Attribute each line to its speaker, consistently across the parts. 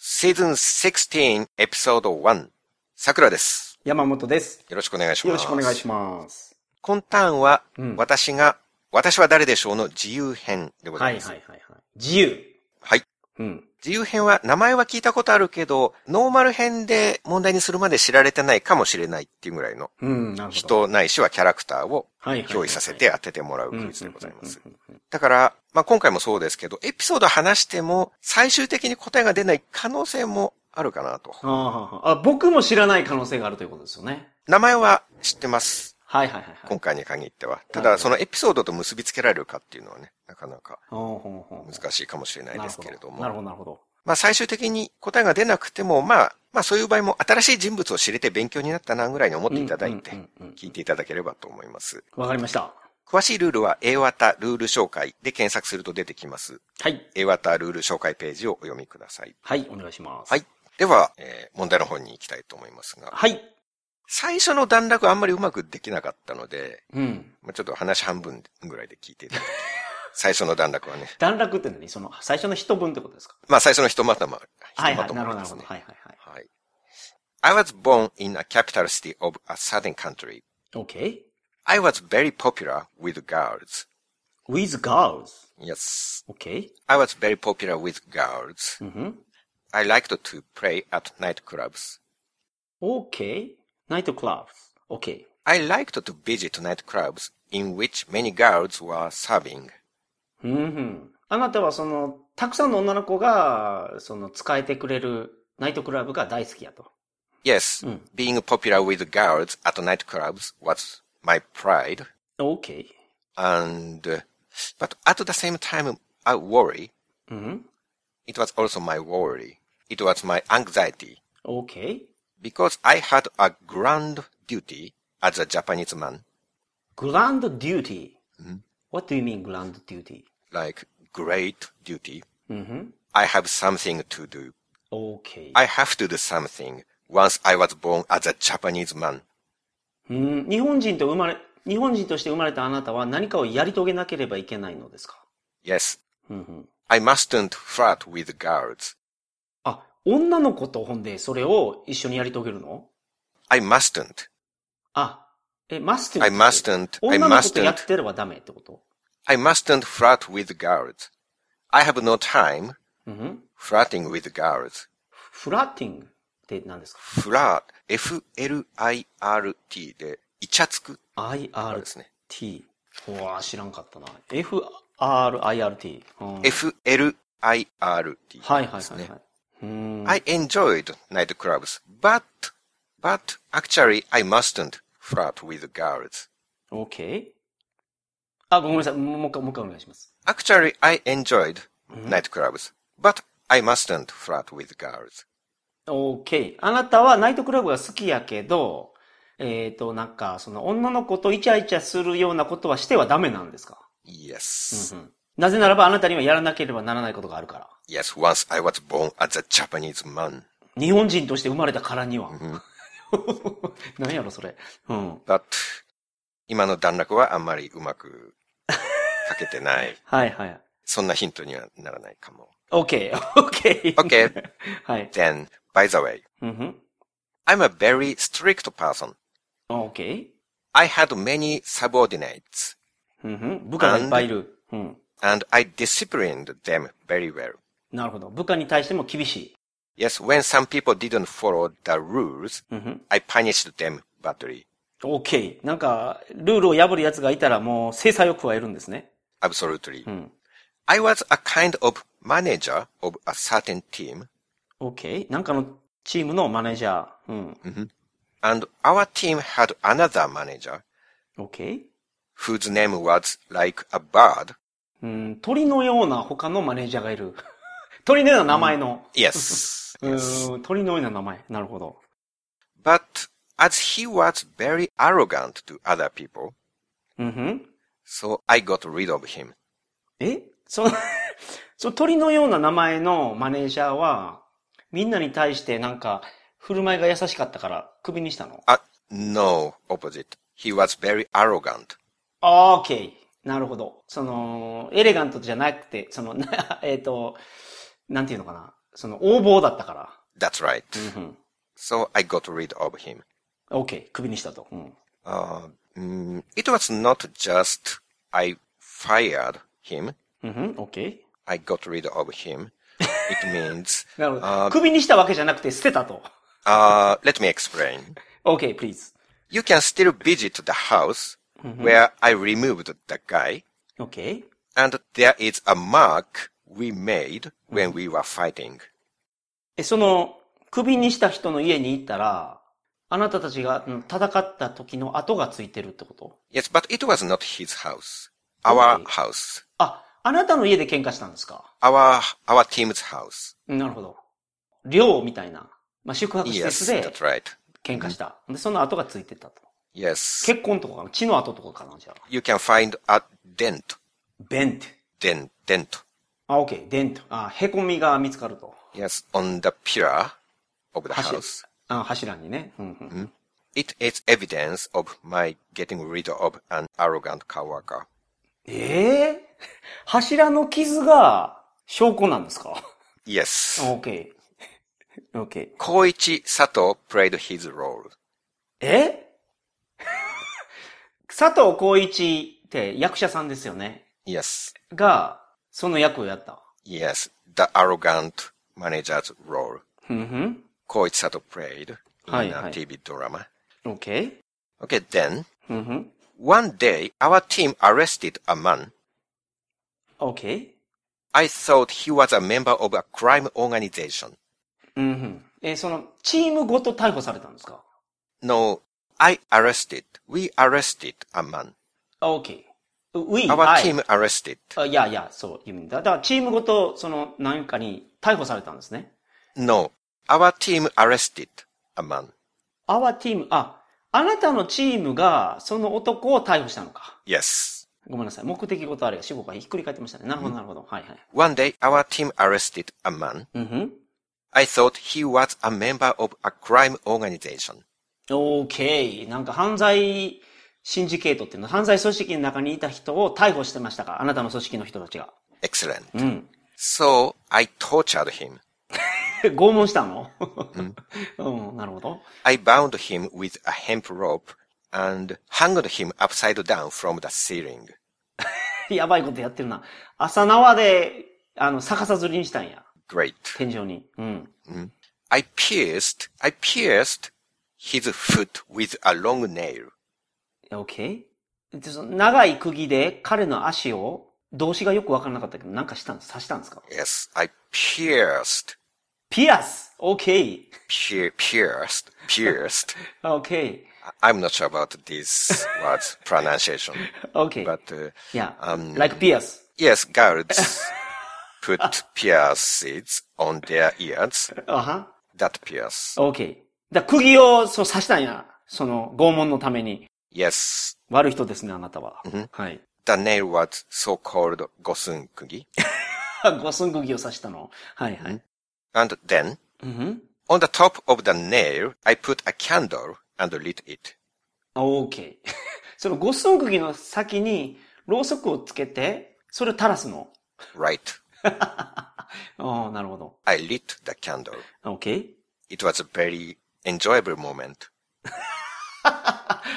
Speaker 1: Season 16 Episode 1桜です。
Speaker 2: 山本です。
Speaker 1: よろしくお願いします。
Speaker 2: よろしくお願いします。
Speaker 1: 今ターンは、
Speaker 2: うん
Speaker 1: 私が、私は誰でしょうの自由編でござ
Speaker 2: はいい
Speaker 1: ます。
Speaker 2: はい
Speaker 1: はい
Speaker 2: はいはい。自由。
Speaker 1: はい。
Speaker 2: うん。
Speaker 1: 自由編は名前は聞いたことあるけど、ノーマル編で問題にするまで知られてないかもしれないっていうぐらいの
Speaker 2: うん、なるほど。
Speaker 1: 人ないしはキャラクターを
Speaker 2: はいはいはいはい、
Speaker 1: 憑依させて当ててもらうクイズでございます。
Speaker 2: うんうんうんうん。
Speaker 1: だから、まあ、今回もそうですけど、エピソード話しても最終的に答えが出ない可能性もあるかなと。
Speaker 2: ああああ、僕も知らない可能性があるということですよね。
Speaker 1: 名前は知ってます。
Speaker 2: はいはいはいはい
Speaker 1: 今。回に限っては。た
Speaker 2: は
Speaker 1: だ、
Speaker 2: い
Speaker 1: そのエピソードと結びつけられるかっていうのはね、なかなか
Speaker 2: ほうほうほう
Speaker 1: 難しいかもしれないですけれども。
Speaker 2: なるほどなるほど。
Speaker 1: まあ、最終的に答えが出なくても、まあ、まあ、そういう場合も新しい人物を知れて勉強になったなぐらいに思っていただいて
Speaker 2: うんう、んうんうん
Speaker 1: 聞いていただければと思います。
Speaker 2: わかりました。
Speaker 1: 詳しいルールは A 型ルール紹介で検索すると出てきます。
Speaker 2: はい。
Speaker 1: A 型ルール紹介ページをお読みください。
Speaker 2: はい、お願いします。
Speaker 1: はい。。では、えー問題の方に行きたいと思いますが、
Speaker 2: はい。
Speaker 1: 最初の段落あんまりうまくできなかったので、
Speaker 2: うん。
Speaker 1: まあ、ちょっと話半分ぐらいで聞いていただい て。最初の段落はね。
Speaker 2: 段落って何その、最初の一文ってことですか
Speaker 1: まあ最初のひとまとま、
Speaker 2: は
Speaker 1: ひ
Speaker 2: い
Speaker 1: とま
Speaker 2: はい。
Speaker 1: と
Speaker 2: なる
Speaker 1: ま
Speaker 2: ほどな
Speaker 1: で
Speaker 2: る
Speaker 1: す
Speaker 2: ほど。
Speaker 1: ね。
Speaker 2: はいはいはい。
Speaker 1: はい。I was born in a capital city of a southern country.
Speaker 2: OK?
Speaker 1: I was very popular with girls.
Speaker 2: With girls.
Speaker 1: Yes.
Speaker 2: OK?
Speaker 1: I was very popular with girls.
Speaker 2: うんふん。
Speaker 1: I liked to play at nightclubs.
Speaker 2: OK? ナイトクラブ。OK?
Speaker 1: I liked to visit nightclubs in which many girls were serving.
Speaker 2: うんうん。あなたはその、たくさんの女の子が、その、使えてくれるナイトクラブが大好きやと。
Speaker 1: Yes.
Speaker 2: Mm.
Speaker 1: Being popular with girls at nightclubs was my pride.
Speaker 2: OK?
Speaker 1: and uh, but at the same time I worry
Speaker 2: うん。
Speaker 1: it was also my worry it was my anxiety
Speaker 2: OK?
Speaker 1: because I had a grand duty as a Japanese man
Speaker 2: グランドデューティー。What do you mean グランドデューティー
Speaker 1: like great duty
Speaker 2: うんふん。
Speaker 1: I have something to do
Speaker 2: OK?
Speaker 1: I have to do something once I was born as a Japanese man
Speaker 2: うん。日本人と生まれ、日本人として生まれたあなたは何かをやり遂げなければいけないのですか
Speaker 1: yes
Speaker 2: うんうん。
Speaker 1: I mustn't flirt with girls
Speaker 2: あ、女の子とほんで、それを一緒にやり遂げるの
Speaker 1: I mustn't
Speaker 2: あ、え、マスト
Speaker 1: I mustn't I
Speaker 2: 女の子とや
Speaker 1: mustn't
Speaker 2: ってればダメってこと
Speaker 1: I mustn't flirt with girls I have no time
Speaker 2: うんふん。
Speaker 1: flirting with girls
Speaker 2: フラッティングって何ですか
Speaker 1: フラー、F-L-I-R-T で、イチャつく
Speaker 2: ?IR
Speaker 1: ですね。
Speaker 2: T。うわー知らんかったな。FRIRT。うん、
Speaker 1: F-L-I-R-T
Speaker 2: はいはいは
Speaker 1: で
Speaker 2: い
Speaker 1: す
Speaker 2: は
Speaker 1: ね
Speaker 2: い。。うーん。
Speaker 1: I enjoyed nightclubs, but, but actually I mustn't flirt with girls.
Speaker 2: OK? あ、ごめんなさい。もうもう一回、もう一回お願いします。
Speaker 1: Actually I enjoyed nightclubs, but I mustn't flirt with girls.
Speaker 2: OK。あなたはナイトクラブが好きやけど、えっ、と、なんか、その女の子とイチャイチャするようなことはしてはダメなんですか、
Speaker 1: Yes.
Speaker 2: うん、なぜならばあなたにはやらなければならないことがあるから。
Speaker 1: Yes, once I was born as a Japanese man.
Speaker 2: 日本人として生まれたからには。 何やろ、それ。うん。
Speaker 1: But, 今の段落はあんまりうまく書けて ない。
Speaker 2: はいはい。
Speaker 1: そんなヒントにはならないかも。
Speaker 2: OK, OK.
Speaker 1: Okay.
Speaker 2: はい。
Speaker 1: Then, by the way,
Speaker 2: うんふん。
Speaker 1: I'm a very strict person.
Speaker 2: OK?
Speaker 1: I had many subordinates
Speaker 2: うんふん。部下がいっぱいいる。うん。
Speaker 1: and I disciplined them very well.
Speaker 2: なるほど。部下に対しても厳しい。
Speaker 1: Yes, when some people didn't follow the rules,
Speaker 2: うんふん。
Speaker 1: I punished them badly.
Speaker 2: OK。なんか、ルールを破る奴がいたらもう制裁を加えるんですね。
Speaker 1: Absolutely.
Speaker 2: うん。
Speaker 1: I was a kind of manager of a certain team
Speaker 2: OK。なんかのチームのマネージャー。うん。
Speaker 1: and our team had another manager
Speaker 2: OK?
Speaker 1: whose name was like a bird.
Speaker 2: うん。鳥のような他のマネージャーがいる。鳥のような名前の。
Speaker 1: Yes.
Speaker 2: う
Speaker 1: yes.
Speaker 2: ーん。鳥のような名前。なるほど。
Speaker 1: But as he was very arrogant to other people,
Speaker 2: うんふん。
Speaker 1: So I got rid of him.
Speaker 2: えそ の、その鳥のような名前のマネージャーは、みんなに対してなんか、振る舞いが優しかったから、クビにしたの
Speaker 1: Uh, no, opposite. He was very arrogant.
Speaker 2: あー ?OK。なるほ ど。その、エレガントじゃなくて、その、なえっと、なんていうのかな。その、横暴だったから。
Speaker 1: That's right.
Speaker 2: うん、
Speaker 1: So I got rid of him.
Speaker 2: うん。OK、首にしたと。うん。
Speaker 1: Uh, mm, it was not just I fired him.
Speaker 2: うんふん、OK。
Speaker 1: I got rid of him. It means,
Speaker 2: なるほ
Speaker 1: あ
Speaker 2: ど。
Speaker 1: ー
Speaker 2: 首にしたわけじゃなくて捨てたと。
Speaker 1: uh, let me explain.
Speaker 2: OK, please.
Speaker 1: You can still visit the house where I removed the guy,
Speaker 2: OK?
Speaker 1: and there is a mark we made when we were fighting.
Speaker 2: え、その、首にした人の家に行ったら、あなたたちがうん戦った時の跡がついてるってこと
Speaker 1: Yes, but it was not his house. Our
Speaker 2: Okay.
Speaker 1: house.
Speaker 2: あ、あなたの家で喧嘩したんですか
Speaker 1: Our, our team's house.
Speaker 2: うんなるほど。寮みたいな、まあ、宿泊施
Speaker 1: Yes,
Speaker 2: 設で
Speaker 1: that's right.
Speaker 2: 喧嘩した。で、その跡がついてたと。
Speaker 1: Yes.
Speaker 2: 結婚とかかな血の跡とかかなじゃあ。
Speaker 1: You can find a dent.
Speaker 2: ベント。
Speaker 1: Dent. Dent.
Speaker 2: あ、OK。デント。あ、凹みが見つかると。
Speaker 1: Yes, on the pillar of the
Speaker 2: 柱
Speaker 1: house.。
Speaker 2: あ柱にね。うんうん
Speaker 1: It is evidence of my getting rid of an arrogant coworker.
Speaker 2: ええ柱の傷が証拠なんですか
Speaker 1: Yes.
Speaker 2: ?OK。OK。
Speaker 1: Koichi Sato played his role.
Speaker 2: え 佐藤浩一って役者さんですよね
Speaker 1: Yes.
Speaker 2: が、その役をやった。
Speaker 1: Yes. The arrogant manager's role.
Speaker 2: ふんふん。
Speaker 1: Koichi Sato played in
Speaker 2: Hi,
Speaker 1: a
Speaker 2: hi.
Speaker 1: TV drama.
Speaker 2: OK?
Speaker 1: Okay, then
Speaker 2: ふんふん。
Speaker 1: one day our team arrested a man.
Speaker 2: OK?
Speaker 1: I thought he was a member of a crime organization.
Speaker 2: うんふん。えーその、チームごと逮捕されたんですか
Speaker 1: No, I arrested. We arrested a man.
Speaker 2: ?OK。We,
Speaker 1: Our
Speaker 2: I.
Speaker 1: team arrested.
Speaker 2: あいやいや、そう、言うんだ。だから、チームごと、その、何かに逮捕されたんですね。
Speaker 1: No, our team arrested a man.
Speaker 2: Our team, あ、あなたのチームが、その男を逮捕したのか。
Speaker 1: Yes.
Speaker 2: ごめんなさい。目的ごとあれが、主語がひっくり返ってましたね。なるほど、なるほど。はいはい。
Speaker 1: One day our team arrested a man.
Speaker 2: うんふん。
Speaker 1: I thought he was a member of a crime organization.
Speaker 2: OK。なんか犯罪シンジケートっていうの、犯罪組織の中にいた人を逮捕してましたかあなたの組織の人たちが。
Speaker 1: Excellent.
Speaker 2: うん。
Speaker 1: So I tortured him.
Speaker 2: 拷問したの うん、なるほど。
Speaker 1: I bound him with a hemp rope and hanged him upside down from the ceiling.
Speaker 2: やばいことやってるな。朝縄で、あの、逆さずりにしたんや。
Speaker 1: Great.
Speaker 2: 天井に。うん。
Speaker 1: I pierced, I pierced his foot with a long nail.
Speaker 2: OK? でその長い釘で彼の足を、動詞がよくわからなかったけど、なんかしたんです刺したんですか
Speaker 1: Yes, I pierced,
Speaker 2: ピアス !OK!
Speaker 1: pier, pierced, pierced.
Speaker 2: OK!
Speaker 1: I'm not sure about this word's pronunciation,
Speaker 2: OK!
Speaker 1: but uh,
Speaker 2: Yeah.
Speaker 1: um,
Speaker 2: like ピアス。
Speaker 1: yes, guards put pierces on their ears.
Speaker 2: あは。
Speaker 1: That pierce.
Speaker 2: OK。だから釘をそう刺したんや。その拷問のために。
Speaker 1: Yes,
Speaker 2: 悪い人ですね、あなたは。はい。
Speaker 1: the nail was so-called gosunkugi.
Speaker 2: 五寸釘を刺したの。はいはい。
Speaker 1: And then,
Speaker 2: うんふん。
Speaker 1: on the top of the nail, I put a candle and lit it.
Speaker 2: OK。そ の五寸釘の先に、ろうそくをつけて、それを垂らすの。
Speaker 1: Right.
Speaker 2: ああ、なるほど。
Speaker 1: I lit the candle.
Speaker 2: OK?
Speaker 1: It was a very enjoyable moment.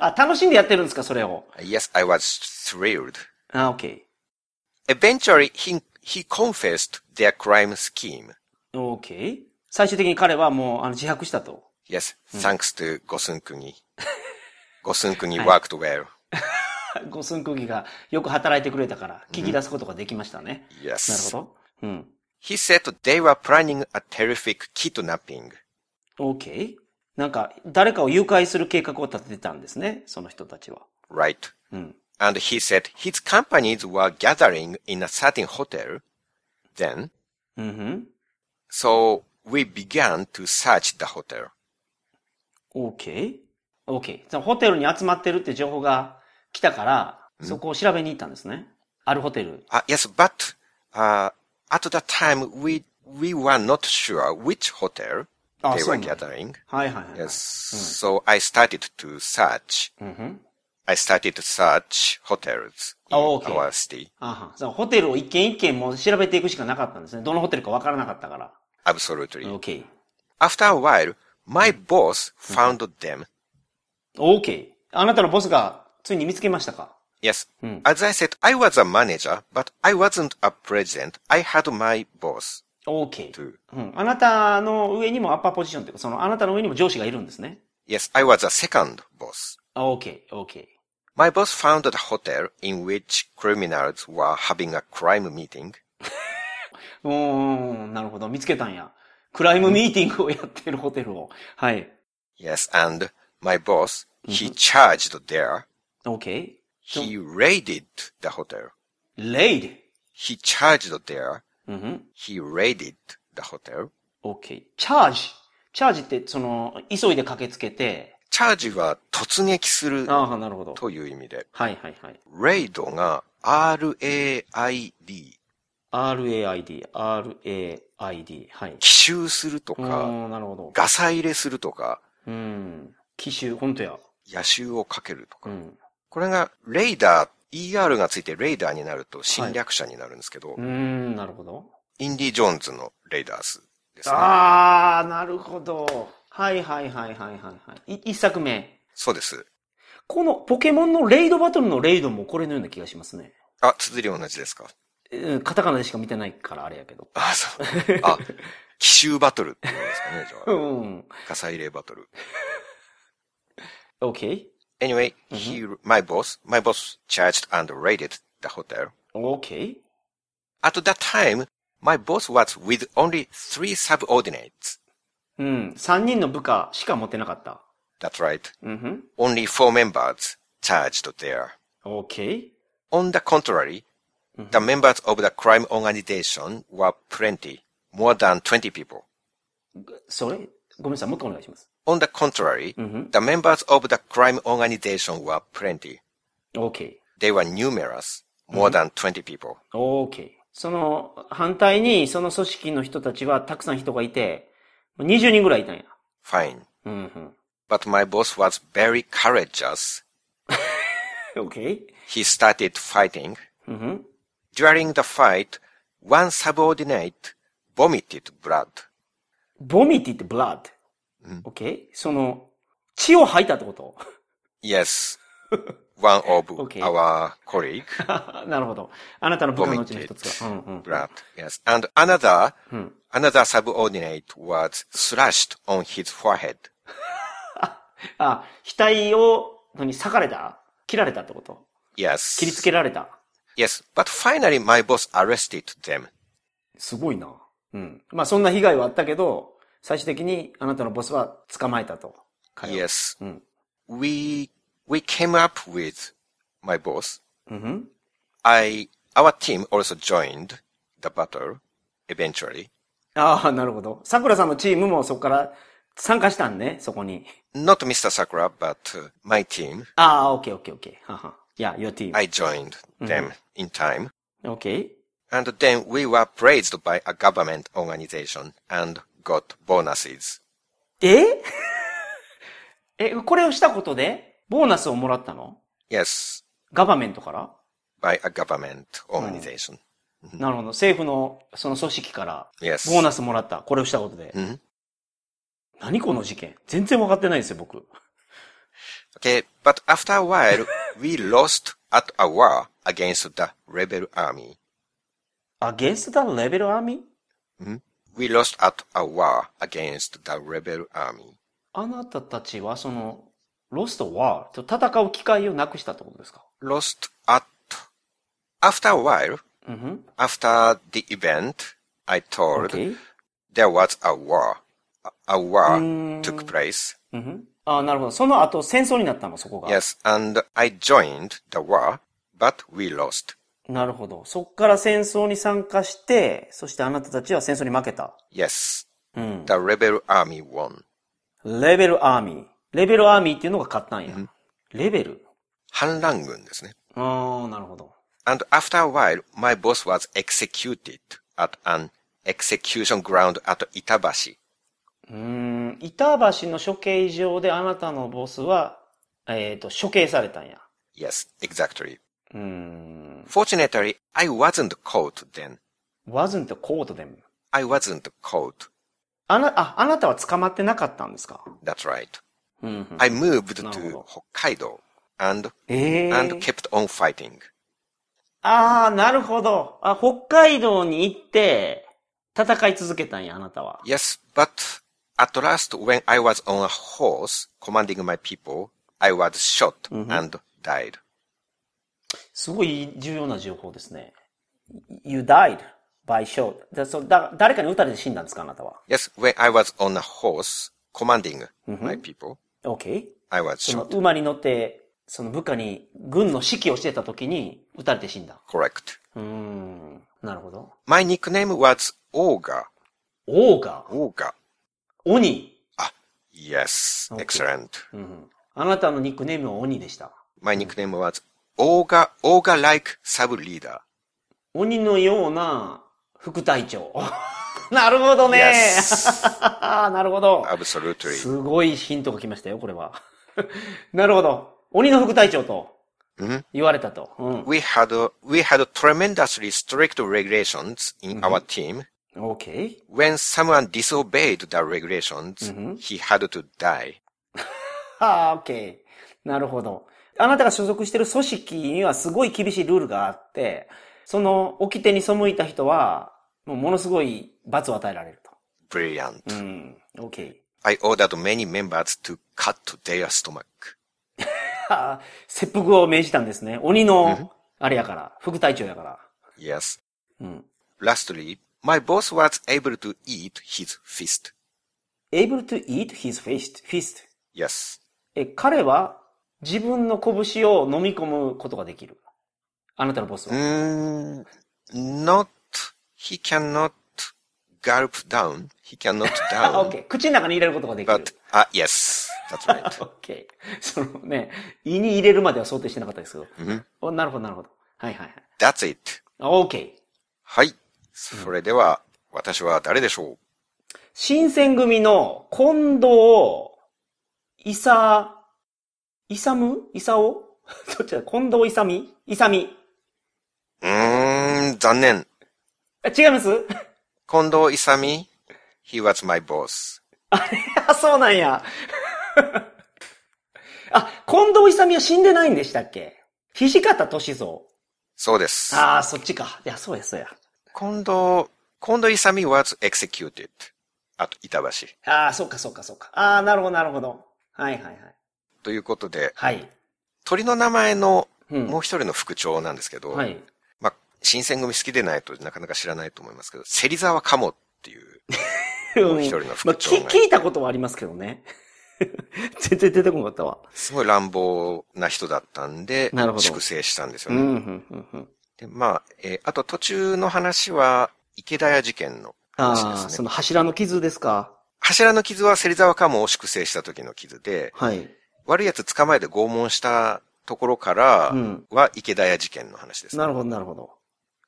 Speaker 2: あ、楽しんでやってるんですか、それを。
Speaker 1: Uh, Yes, I was thrilled.
Speaker 2: あ OK。
Speaker 1: Eventually, he, he confessed their crime scheme.
Speaker 2: OK? 最終的に彼はもうあの自白したと。
Speaker 1: Yes, thanks to Gosun Kuni. Gosun Kuni worked well.
Speaker 2: 五寸釘がよく働いてくれたから、聞き出すことができましたね。なる
Speaker 1: Yes.
Speaker 2: ほど。うん。
Speaker 1: He said they were planning a terrific kidnapping.
Speaker 2: OK。なんか、誰かを誘拐する計画を立ててたんですね、その人たちは。
Speaker 1: Right.
Speaker 2: うん。
Speaker 1: And he said his companies were gathering in a certain hotel. Then,
Speaker 2: うんふん。
Speaker 1: so we began to search the hotel.
Speaker 2: OK。OK。そのホテルに集まってるって情報が来たから、そこを調べに行ったんですね。あるホテル。
Speaker 1: Uh, yes, but uh, at that time we we were not sure which hotel
Speaker 2: Ah, Mm-hmm.
Speaker 1: they
Speaker 2: so
Speaker 1: were
Speaker 2: nice.
Speaker 1: gathering.
Speaker 2: はいはいはい。
Speaker 1: Yes, so I started to search.
Speaker 2: Mm-hmm.
Speaker 1: I started to search hotels in
Speaker 2: Oh, okay.
Speaker 1: our city.
Speaker 2: あはそのホテルを一軒一軒もう調べていくしかなかったんですね。どのホテルかわからなかったから。
Speaker 1: Absolutely.
Speaker 2: Okay.
Speaker 1: After a while, my
Speaker 2: Mm.
Speaker 1: boss
Speaker 2: Mm-hmm.
Speaker 1: found them.
Speaker 2: Okay. あなたのボスがついに見つけましたか
Speaker 1: Yes.
Speaker 2: Hmm.
Speaker 1: As I said, I was a manager, but I wasn't a president. I had my boss.
Speaker 2: ?Okay.
Speaker 1: To-
Speaker 2: うん。あなたの上にもアッパーポジションっていうか、そのあなたの上にも上司がいるんですね。
Speaker 1: Yes, I was a second boss.
Speaker 2: Okay. Okay.
Speaker 1: My boss founded a hotel in which criminals were having a crime meeting.
Speaker 2: うーん、なるほど。見つけたんや。クライムミーティングをやってるホテルを。はい。
Speaker 1: Yes, and my boss, he charged there.
Speaker 2: Okay.
Speaker 1: He raided the hotel.
Speaker 2: Laid.
Speaker 1: He charged there.
Speaker 2: うんふん。
Speaker 1: He raided the hotel.
Speaker 2: OK。チャージ。チャージって、その、急いで駆けつけて、
Speaker 1: チャージは突撃する
Speaker 2: ああ、なるほど。
Speaker 1: という意味で、
Speaker 2: はいはいはい。
Speaker 1: raid が raid、
Speaker 2: RAID、RAID。はい。
Speaker 1: 奇襲すると
Speaker 2: う
Speaker 1: か、
Speaker 2: ーん、なるほど。
Speaker 1: ガサ入れするとか、
Speaker 2: うん。奇襲、ほんとや。
Speaker 1: 野襲をかけると
Speaker 2: う
Speaker 1: か。
Speaker 2: ん。
Speaker 1: これが、レイダー、ER がついてレイダーになると侵略者になるんですけど、
Speaker 2: うーん、なるほど。
Speaker 1: インディ・ジョーンズのレイダースですね。
Speaker 2: ああ、なるほど。はいはいはいはいはいはい。い一作目。
Speaker 1: そうです。
Speaker 2: このポケモンのレイドバトルのレイドもこれのような気がしますね。
Speaker 1: あ、綴り同じですか
Speaker 2: うんカタカナでしか見てないからあれやけど。
Speaker 1: あ、そう。あ、奇襲バトルっていうんですかね、
Speaker 2: う
Speaker 1: じゃあ。
Speaker 2: ん。
Speaker 1: ガサ入れバトル。
Speaker 2: OK?
Speaker 1: Anyway, he, my boss, my boss charged and raided the hotel.
Speaker 2: OK?
Speaker 1: At that time, my boss was with only three subordinates.
Speaker 2: うん。三人の部下しか持ってなかった。
Speaker 1: That's right.
Speaker 2: うんふん。
Speaker 1: Only four members charged there.
Speaker 2: OK?
Speaker 1: On the contrary, the members of the crime organization were plenty, more than 20 people.
Speaker 2: それごめんなさい。もう一回お願いします。
Speaker 1: On the contrary,
Speaker 2: Mhm.
Speaker 1: the members of the crime organization were plenty.
Speaker 2: OK。
Speaker 1: They were numerous, more than
Speaker 2: Mm-hmm.
Speaker 1: 20 people.
Speaker 2: OK。その、反対に、その組織の人たちはたくさん人がいて、20人ぐらいいたんや。
Speaker 1: Fine.
Speaker 2: うん、
Speaker 1: But my boss was very courageous.
Speaker 2: うん。OK?
Speaker 1: He started fighting.
Speaker 2: うん、うん。
Speaker 1: During the fight, one subordinate vomited blood.
Speaker 2: ボミティって blood。OK? その、血を吐いたってこと
Speaker 1: Yes. One of
Speaker 2: Okay.
Speaker 1: our colleague
Speaker 2: なるほど。あなたの部下のうちの一つが。うんうん。
Speaker 1: blood. Yes. And another,
Speaker 2: Hmm.
Speaker 1: another subordinate was slashed on his forehead.
Speaker 2: あ、額を、何、裂かれた切られたってこと
Speaker 1: Yes.
Speaker 2: 切りつけられた。
Speaker 1: Yes. But finally my boss arrested them.
Speaker 2: すごいな。うん。まあそんな被害はあったけど、最終的にあなたのボスは捕まえたと。彼を
Speaker 1: Yes.
Speaker 2: うん。
Speaker 1: We, we came up with my boss.
Speaker 2: うんふん。
Speaker 1: I, our team also joined the battle eventually.
Speaker 2: ああ、なるほど。桜さんのチームもそこから参加したんね、そこに。
Speaker 1: Not Mr. Sakura, but uh, my team.
Speaker 2: ああ、オッケーオッケーオッケー。はは。いや、your team.
Speaker 1: I joined them in time.
Speaker 2: オッケー。
Speaker 1: And then we were praised by a government organization and got bonuses.
Speaker 2: え え、これをしたことで、ボーナスをもらったの
Speaker 1: Yes,
Speaker 2: ガバメントから、
Speaker 1: by a government organization.
Speaker 2: なるほど。政府のその組織から、
Speaker 1: Yes.
Speaker 2: ボーナスもらった。これをしたことで。
Speaker 1: Mhm.
Speaker 2: 何この事件全然分かってないですよ、僕。
Speaker 1: Okay, but after a while, we lost at a war against the rebel army.
Speaker 2: Against the Rebel Army?
Speaker 1: We lost at a war against the rebel army.
Speaker 2: あなたたちはその、Lost War と戦う機会をなくしたってことですか
Speaker 1: Lost at, after a while,
Speaker 2: うんふん。
Speaker 1: after the event, I told
Speaker 2: Okay.
Speaker 1: there was a war. A, a war
Speaker 2: Mm.
Speaker 1: took place.
Speaker 2: うんふん。ああ、なるほど。その後戦争になったの、そこが。
Speaker 1: Yes, and I joined the war, but we lost.
Speaker 2: なるほど。そっから戦争に参加して、そしてあなたたちは戦争に負けた。
Speaker 1: Yes,
Speaker 2: うん。
Speaker 1: the rebel army won.
Speaker 2: レベルアーミー。レベルアーミーっていうのが勝ったんや。レベル
Speaker 1: 反乱軍ですね。
Speaker 2: ああ、なるほど。
Speaker 1: And after a while, my boss was executed at an execution ground at Itabashi.
Speaker 2: うーん、板橋の処刑場であなたのボスは、えっ、と、処刑されたんや。
Speaker 1: Yes, exactly.
Speaker 2: うーん。
Speaker 1: Fortunately, I wasn't caught then.
Speaker 2: wasn't caught them.
Speaker 1: I wasn't caught
Speaker 2: あな、あ、あなたは捕まってなかったんですか
Speaker 1: That's right.
Speaker 2: うん、うん。
Speaker 1: I moved
Speaker 2: なるほ
Speaker 1: to
Speaker 2: ど
Speaker 1: Hokkaido and,
Speaker 2: ええ
Speaker 1: and kept on fighting.
Speaker 2: ああ、なるほど。あ、北海道に行って、戦い続けたんや、あなたは。
Speaker 1: Yes, but at last when I was on a horse commanding my people, I was shot and died.
Speaker 2: すごい重要な情報ですね。You died by shot. だそうだ誰かに撃たれて死んだんですか、あなたは。
Speaker 1: Yes, when I was on a horse commanding my people,
Speaker 2: OK?
Speaker 1: I was
Speaker 2: その
Speaker 1: shot.
Speaker 2: 馬に乗って、その部下に軍の指揮をしてた時に撃たれて死んだ。
Speaker 1: Correct.
Speaker 2: うーん。なるほど。
Speaker 1: My nickname was Ogre.
Speaker 2: 王が
Speaker 1: Ogre.
Speaker 2: 鬼。
Speaker 1: Ah, Yes,
Speaker 2: Okay.
Speaker 1: excellent.
Speaker 2: うん。あなたのニックネームは鬼でした。
Speaker 1: My nickname was Ogre, Ogre-like sub-leader.
Speaker 2: 鬼のような副隊長。 なるほどね。
Speaker 1: Yes,
Speaker 2: なるほど。
Speaker 1: absolutely.
Speaker 2: すごいヒントが来ましたよ、これは。 なるほど。鬼の副隊長と
Speaker 1: うん
Speaker 2: 言われたと。うん。
Speaker 1: Mm-hmm. We had, we had tremendously strict regulations in our team.
Speaker 2: OK?
Speaker 1: When someone disobeyed the regulations, he had to die.
Speaker 2: はあ、OK。なるほど。あなたが所属している組織にはすごい厳しいルールがあって、その掟に背いた人は、もうものすごい罰を与えられる
Speaker 1: Brilliant.
Speaker 2: と。うん。OK。
Speaker 1: I ordered many members to cut their stomach.
Speaker 2: はあ、切腹を命じたんですね。鬼の、あれやから、副隊長やから。
Speaker 1: Yes.
Speaker 2: うん。
Speaker 1: Lastly, my boss was able to eat his fist.
Speaker 2: able to eat his fist. fist.
Speaker 1: Yes.
Speaker 2: え、彼は自分の拳を飲み込むことができる。あなたのボスは。
Speaker 1: Mm, not, he cannot gulp down. He cannot
Speaker 2: あ、オ
Speaker 1: down.
Speaker 2: ッケー。口の中に入れることができる
Speaker 1: But,。ah, yes, that's right.
Speaker 2: オッケー。そのね、胃に入れるまでは想定してなかったですけど。
Speaker 1: Mhm.
Speaker 2: おなるほど、なるほど。はいはいはい
Speaker 1: That's it.
Speaker 2: あ。オッケー。
Speaker 1: はい。それでは、私は誰でしょう
Speaker 2: 新選組の近藤、いさ、いさむいさお どっちだ近藤いさみいさみ。
Speaker 1: うーん、残念。
Speaker 2: あ違います
Speaker 1: 近藤勇 he was my boss.
Speaker 2: あ、そうなんや。 あ、近藤いさみは死んでないんでしたっけ土方歳三。
Speaker 1: そうです。
Speaker 2: ああ、そっちか。いや、そうや、そうや。
Speaker 1: 近藤、近藤勇 was executed. あと、板橋。
Speaker 2: ああ、そうか、そうか、そうか。ああ、なるほど、なるほど。はい、はい、はい。
Speaker 1: ということで、
Speaker 2: はい。
Speaker 1: 鳥の名前の
Speaker 2: うん
Speaker 1: もう一人の副長なんですけど、
Speaker 2: はい。
Speaker 1: まあ、新選組好きでないとなかなか知らないと思いますけど、芹沢鴨っていう、
Speaker 2: も
Speaker 1: う一人の副長が
Speaker 2: まあ、き聞いたことはありますけどね。 全然出てこなかったわ。
Speaker 1: すごい乱暴な人だったんで
Speaker 2: なるほ、ど
Speaker 1: 粛清したんですよ
Speaker 2: う
Speaker 1: ね。
Speaker 2: ん、うん、うん、うん。
Speaker 1: で、まあ、えーあと途中の話は、池田屋事件の話
Speaker 2: あ
Speaker 1: で
Speaker 2: あ、
Speaker 1: す
Speaker 2: そ
Speaker 1: ね。
Speaker 2: の柱の傷ですか。
Speaker 1: 柱の傷は芹沢鴨を粛清した時の傷で、
Speaker 2: はい。
Speaker 1: 悪い奴捕まえて拷問したところから
Speaker 2: うん。
Speaker 1: は池田屋事件の話です、
Speaker 2: なるほど、なるほど。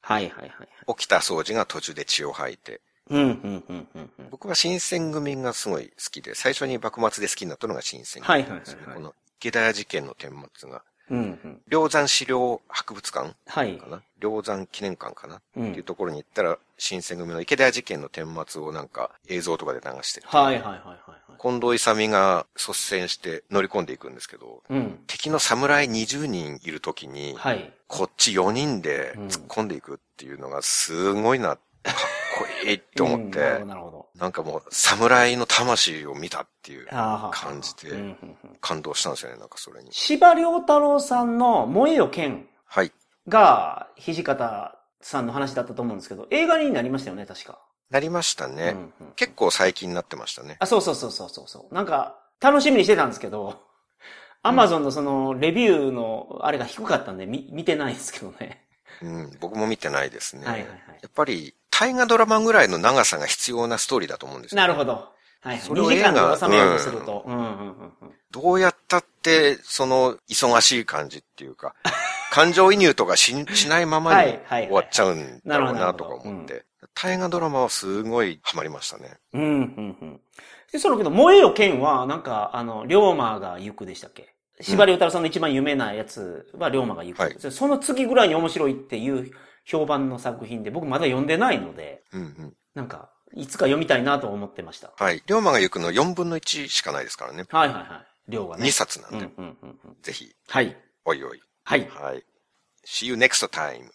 Speaker 2: はい、はい、はいはい。
Speaker 1: 起きた掃除が途中で血を吐いて。
Speaker 2: うん、うん、うん、うんうん。
Speaker 1: 僕は新選組がすごい好きで、最初に幕末で好きになったのが新選
Speaker 2: は
Speaker 1: 組
Speaker 2: い、はい、はいは
Speaker 1: こ
Speaker 2: い。
Speaker 1: の池田屋事件の顛末が、
Speaker 2: うん、うん。
Speaker 1: 梁山資料博物館
Speaker 2: はい
Speaker 1: か。な梁山記念館かなっ
Speaker 2: うん
Speaker 1: ていうところに行ったら、新選組の池田屋事件の顛末をなんか映像とかで流してる。
Speaker 2: はい、はい、はい、はいはい。
Speaker 1: 近藤勇が率先して乗り込んでいくんですけど、
Speaker 2: うん。
Speaker 1: 敵の侍20人いるときに、
Speaker 2: はい。
Speaker 1: こっち4人で突っ込んでいくっていうのがすごいな、かっこいいって思っ
Speaker 2: うんなるほど、
Speaker 1: て、
Speaker 2: なるほど。
Speaker 1: なんかもう侍の魂を見たっていう
Speaker 2: ああ。
Speaker 1: 感じ
Speaker 2: うん、うん
Speaker 1: で
Speaker 2: うん。
Speaker 1: 感動したんですよね、なんかそれに。
Speaker 2: 司馬遼太郎さんの萌えよ剣
Speaker 1: はい。
Speaker 2: が土方さんの話だったと思うんですけど、映画になりましたよね、確か。
Speaker 1: なりましたね。
Speaker 2: うんうん
Speaker 1: 結構最近になってましたね。
Speaker 2: あ、そうそうそうそうそうそう。なんか、楽しみにしてたんですけど、アマゾンのその、レビューの、あれが低かったんで、み、見てないですけどね。
Speaker 1: うん、僕も見てないですね。
Speaker 2: はいはいは
Speaker 1: やっぱり、大河ドラマぐらいの長さが必要なストーリーだと思うんです
Speaker 2: い。
Speaker 1: よ、
Speaker 2: なるほど。はいはい。
Speaker 1: それを
Speaker 2: 2時間
Speaker 1: 映画
Speaker 2: で収めようとすると。うんうんうんうん。
Speaker 1: どうやったって、その、忙しい感じっていう か、感情移入とかししないまま
Speaker 2: はい
Speaker 1: に
Speaker 2: はいはい。
Speaker 1: 終わっち
Speaker 2: ゃ
Speaker 1: ゃうんだろうなとか
Speaker 2: なる
Speaker 1: 思っ
Speaker 2: ほど
Speaker 1: て。大河ドラマはすごいハマりましたね。
Speaker 2: う。うんうんうん。で、そのけど、萌えよ剣は、なんか、あの、龍馬が行くでしたっけ司馬遼太郎さんの一番有名なやつは龍馬が行く。
Speaker 1: はい
Speaker 2: その次ぐらいに面白いっていう評判の作品で、僕まだ読んでないので、
Speaker 1: うんうん。
Speaker 2: なんか、いつか読みたいなと思ってました。
Speaker 1: はい。龍馬が行くの4分の1しかないですからね。
Speaker 2: はいはいはい。量がね。
Speaker 1: 2冊な
Speaker 2: うんんう
Speaker 1: で、
Speaker 2: んうんうん。
Speaker 1: ぜひ、
Speaker 2: はい。
Speaker 1: おいおい。
Speaker 2: はい。
Speaker 1: はい。See you next time.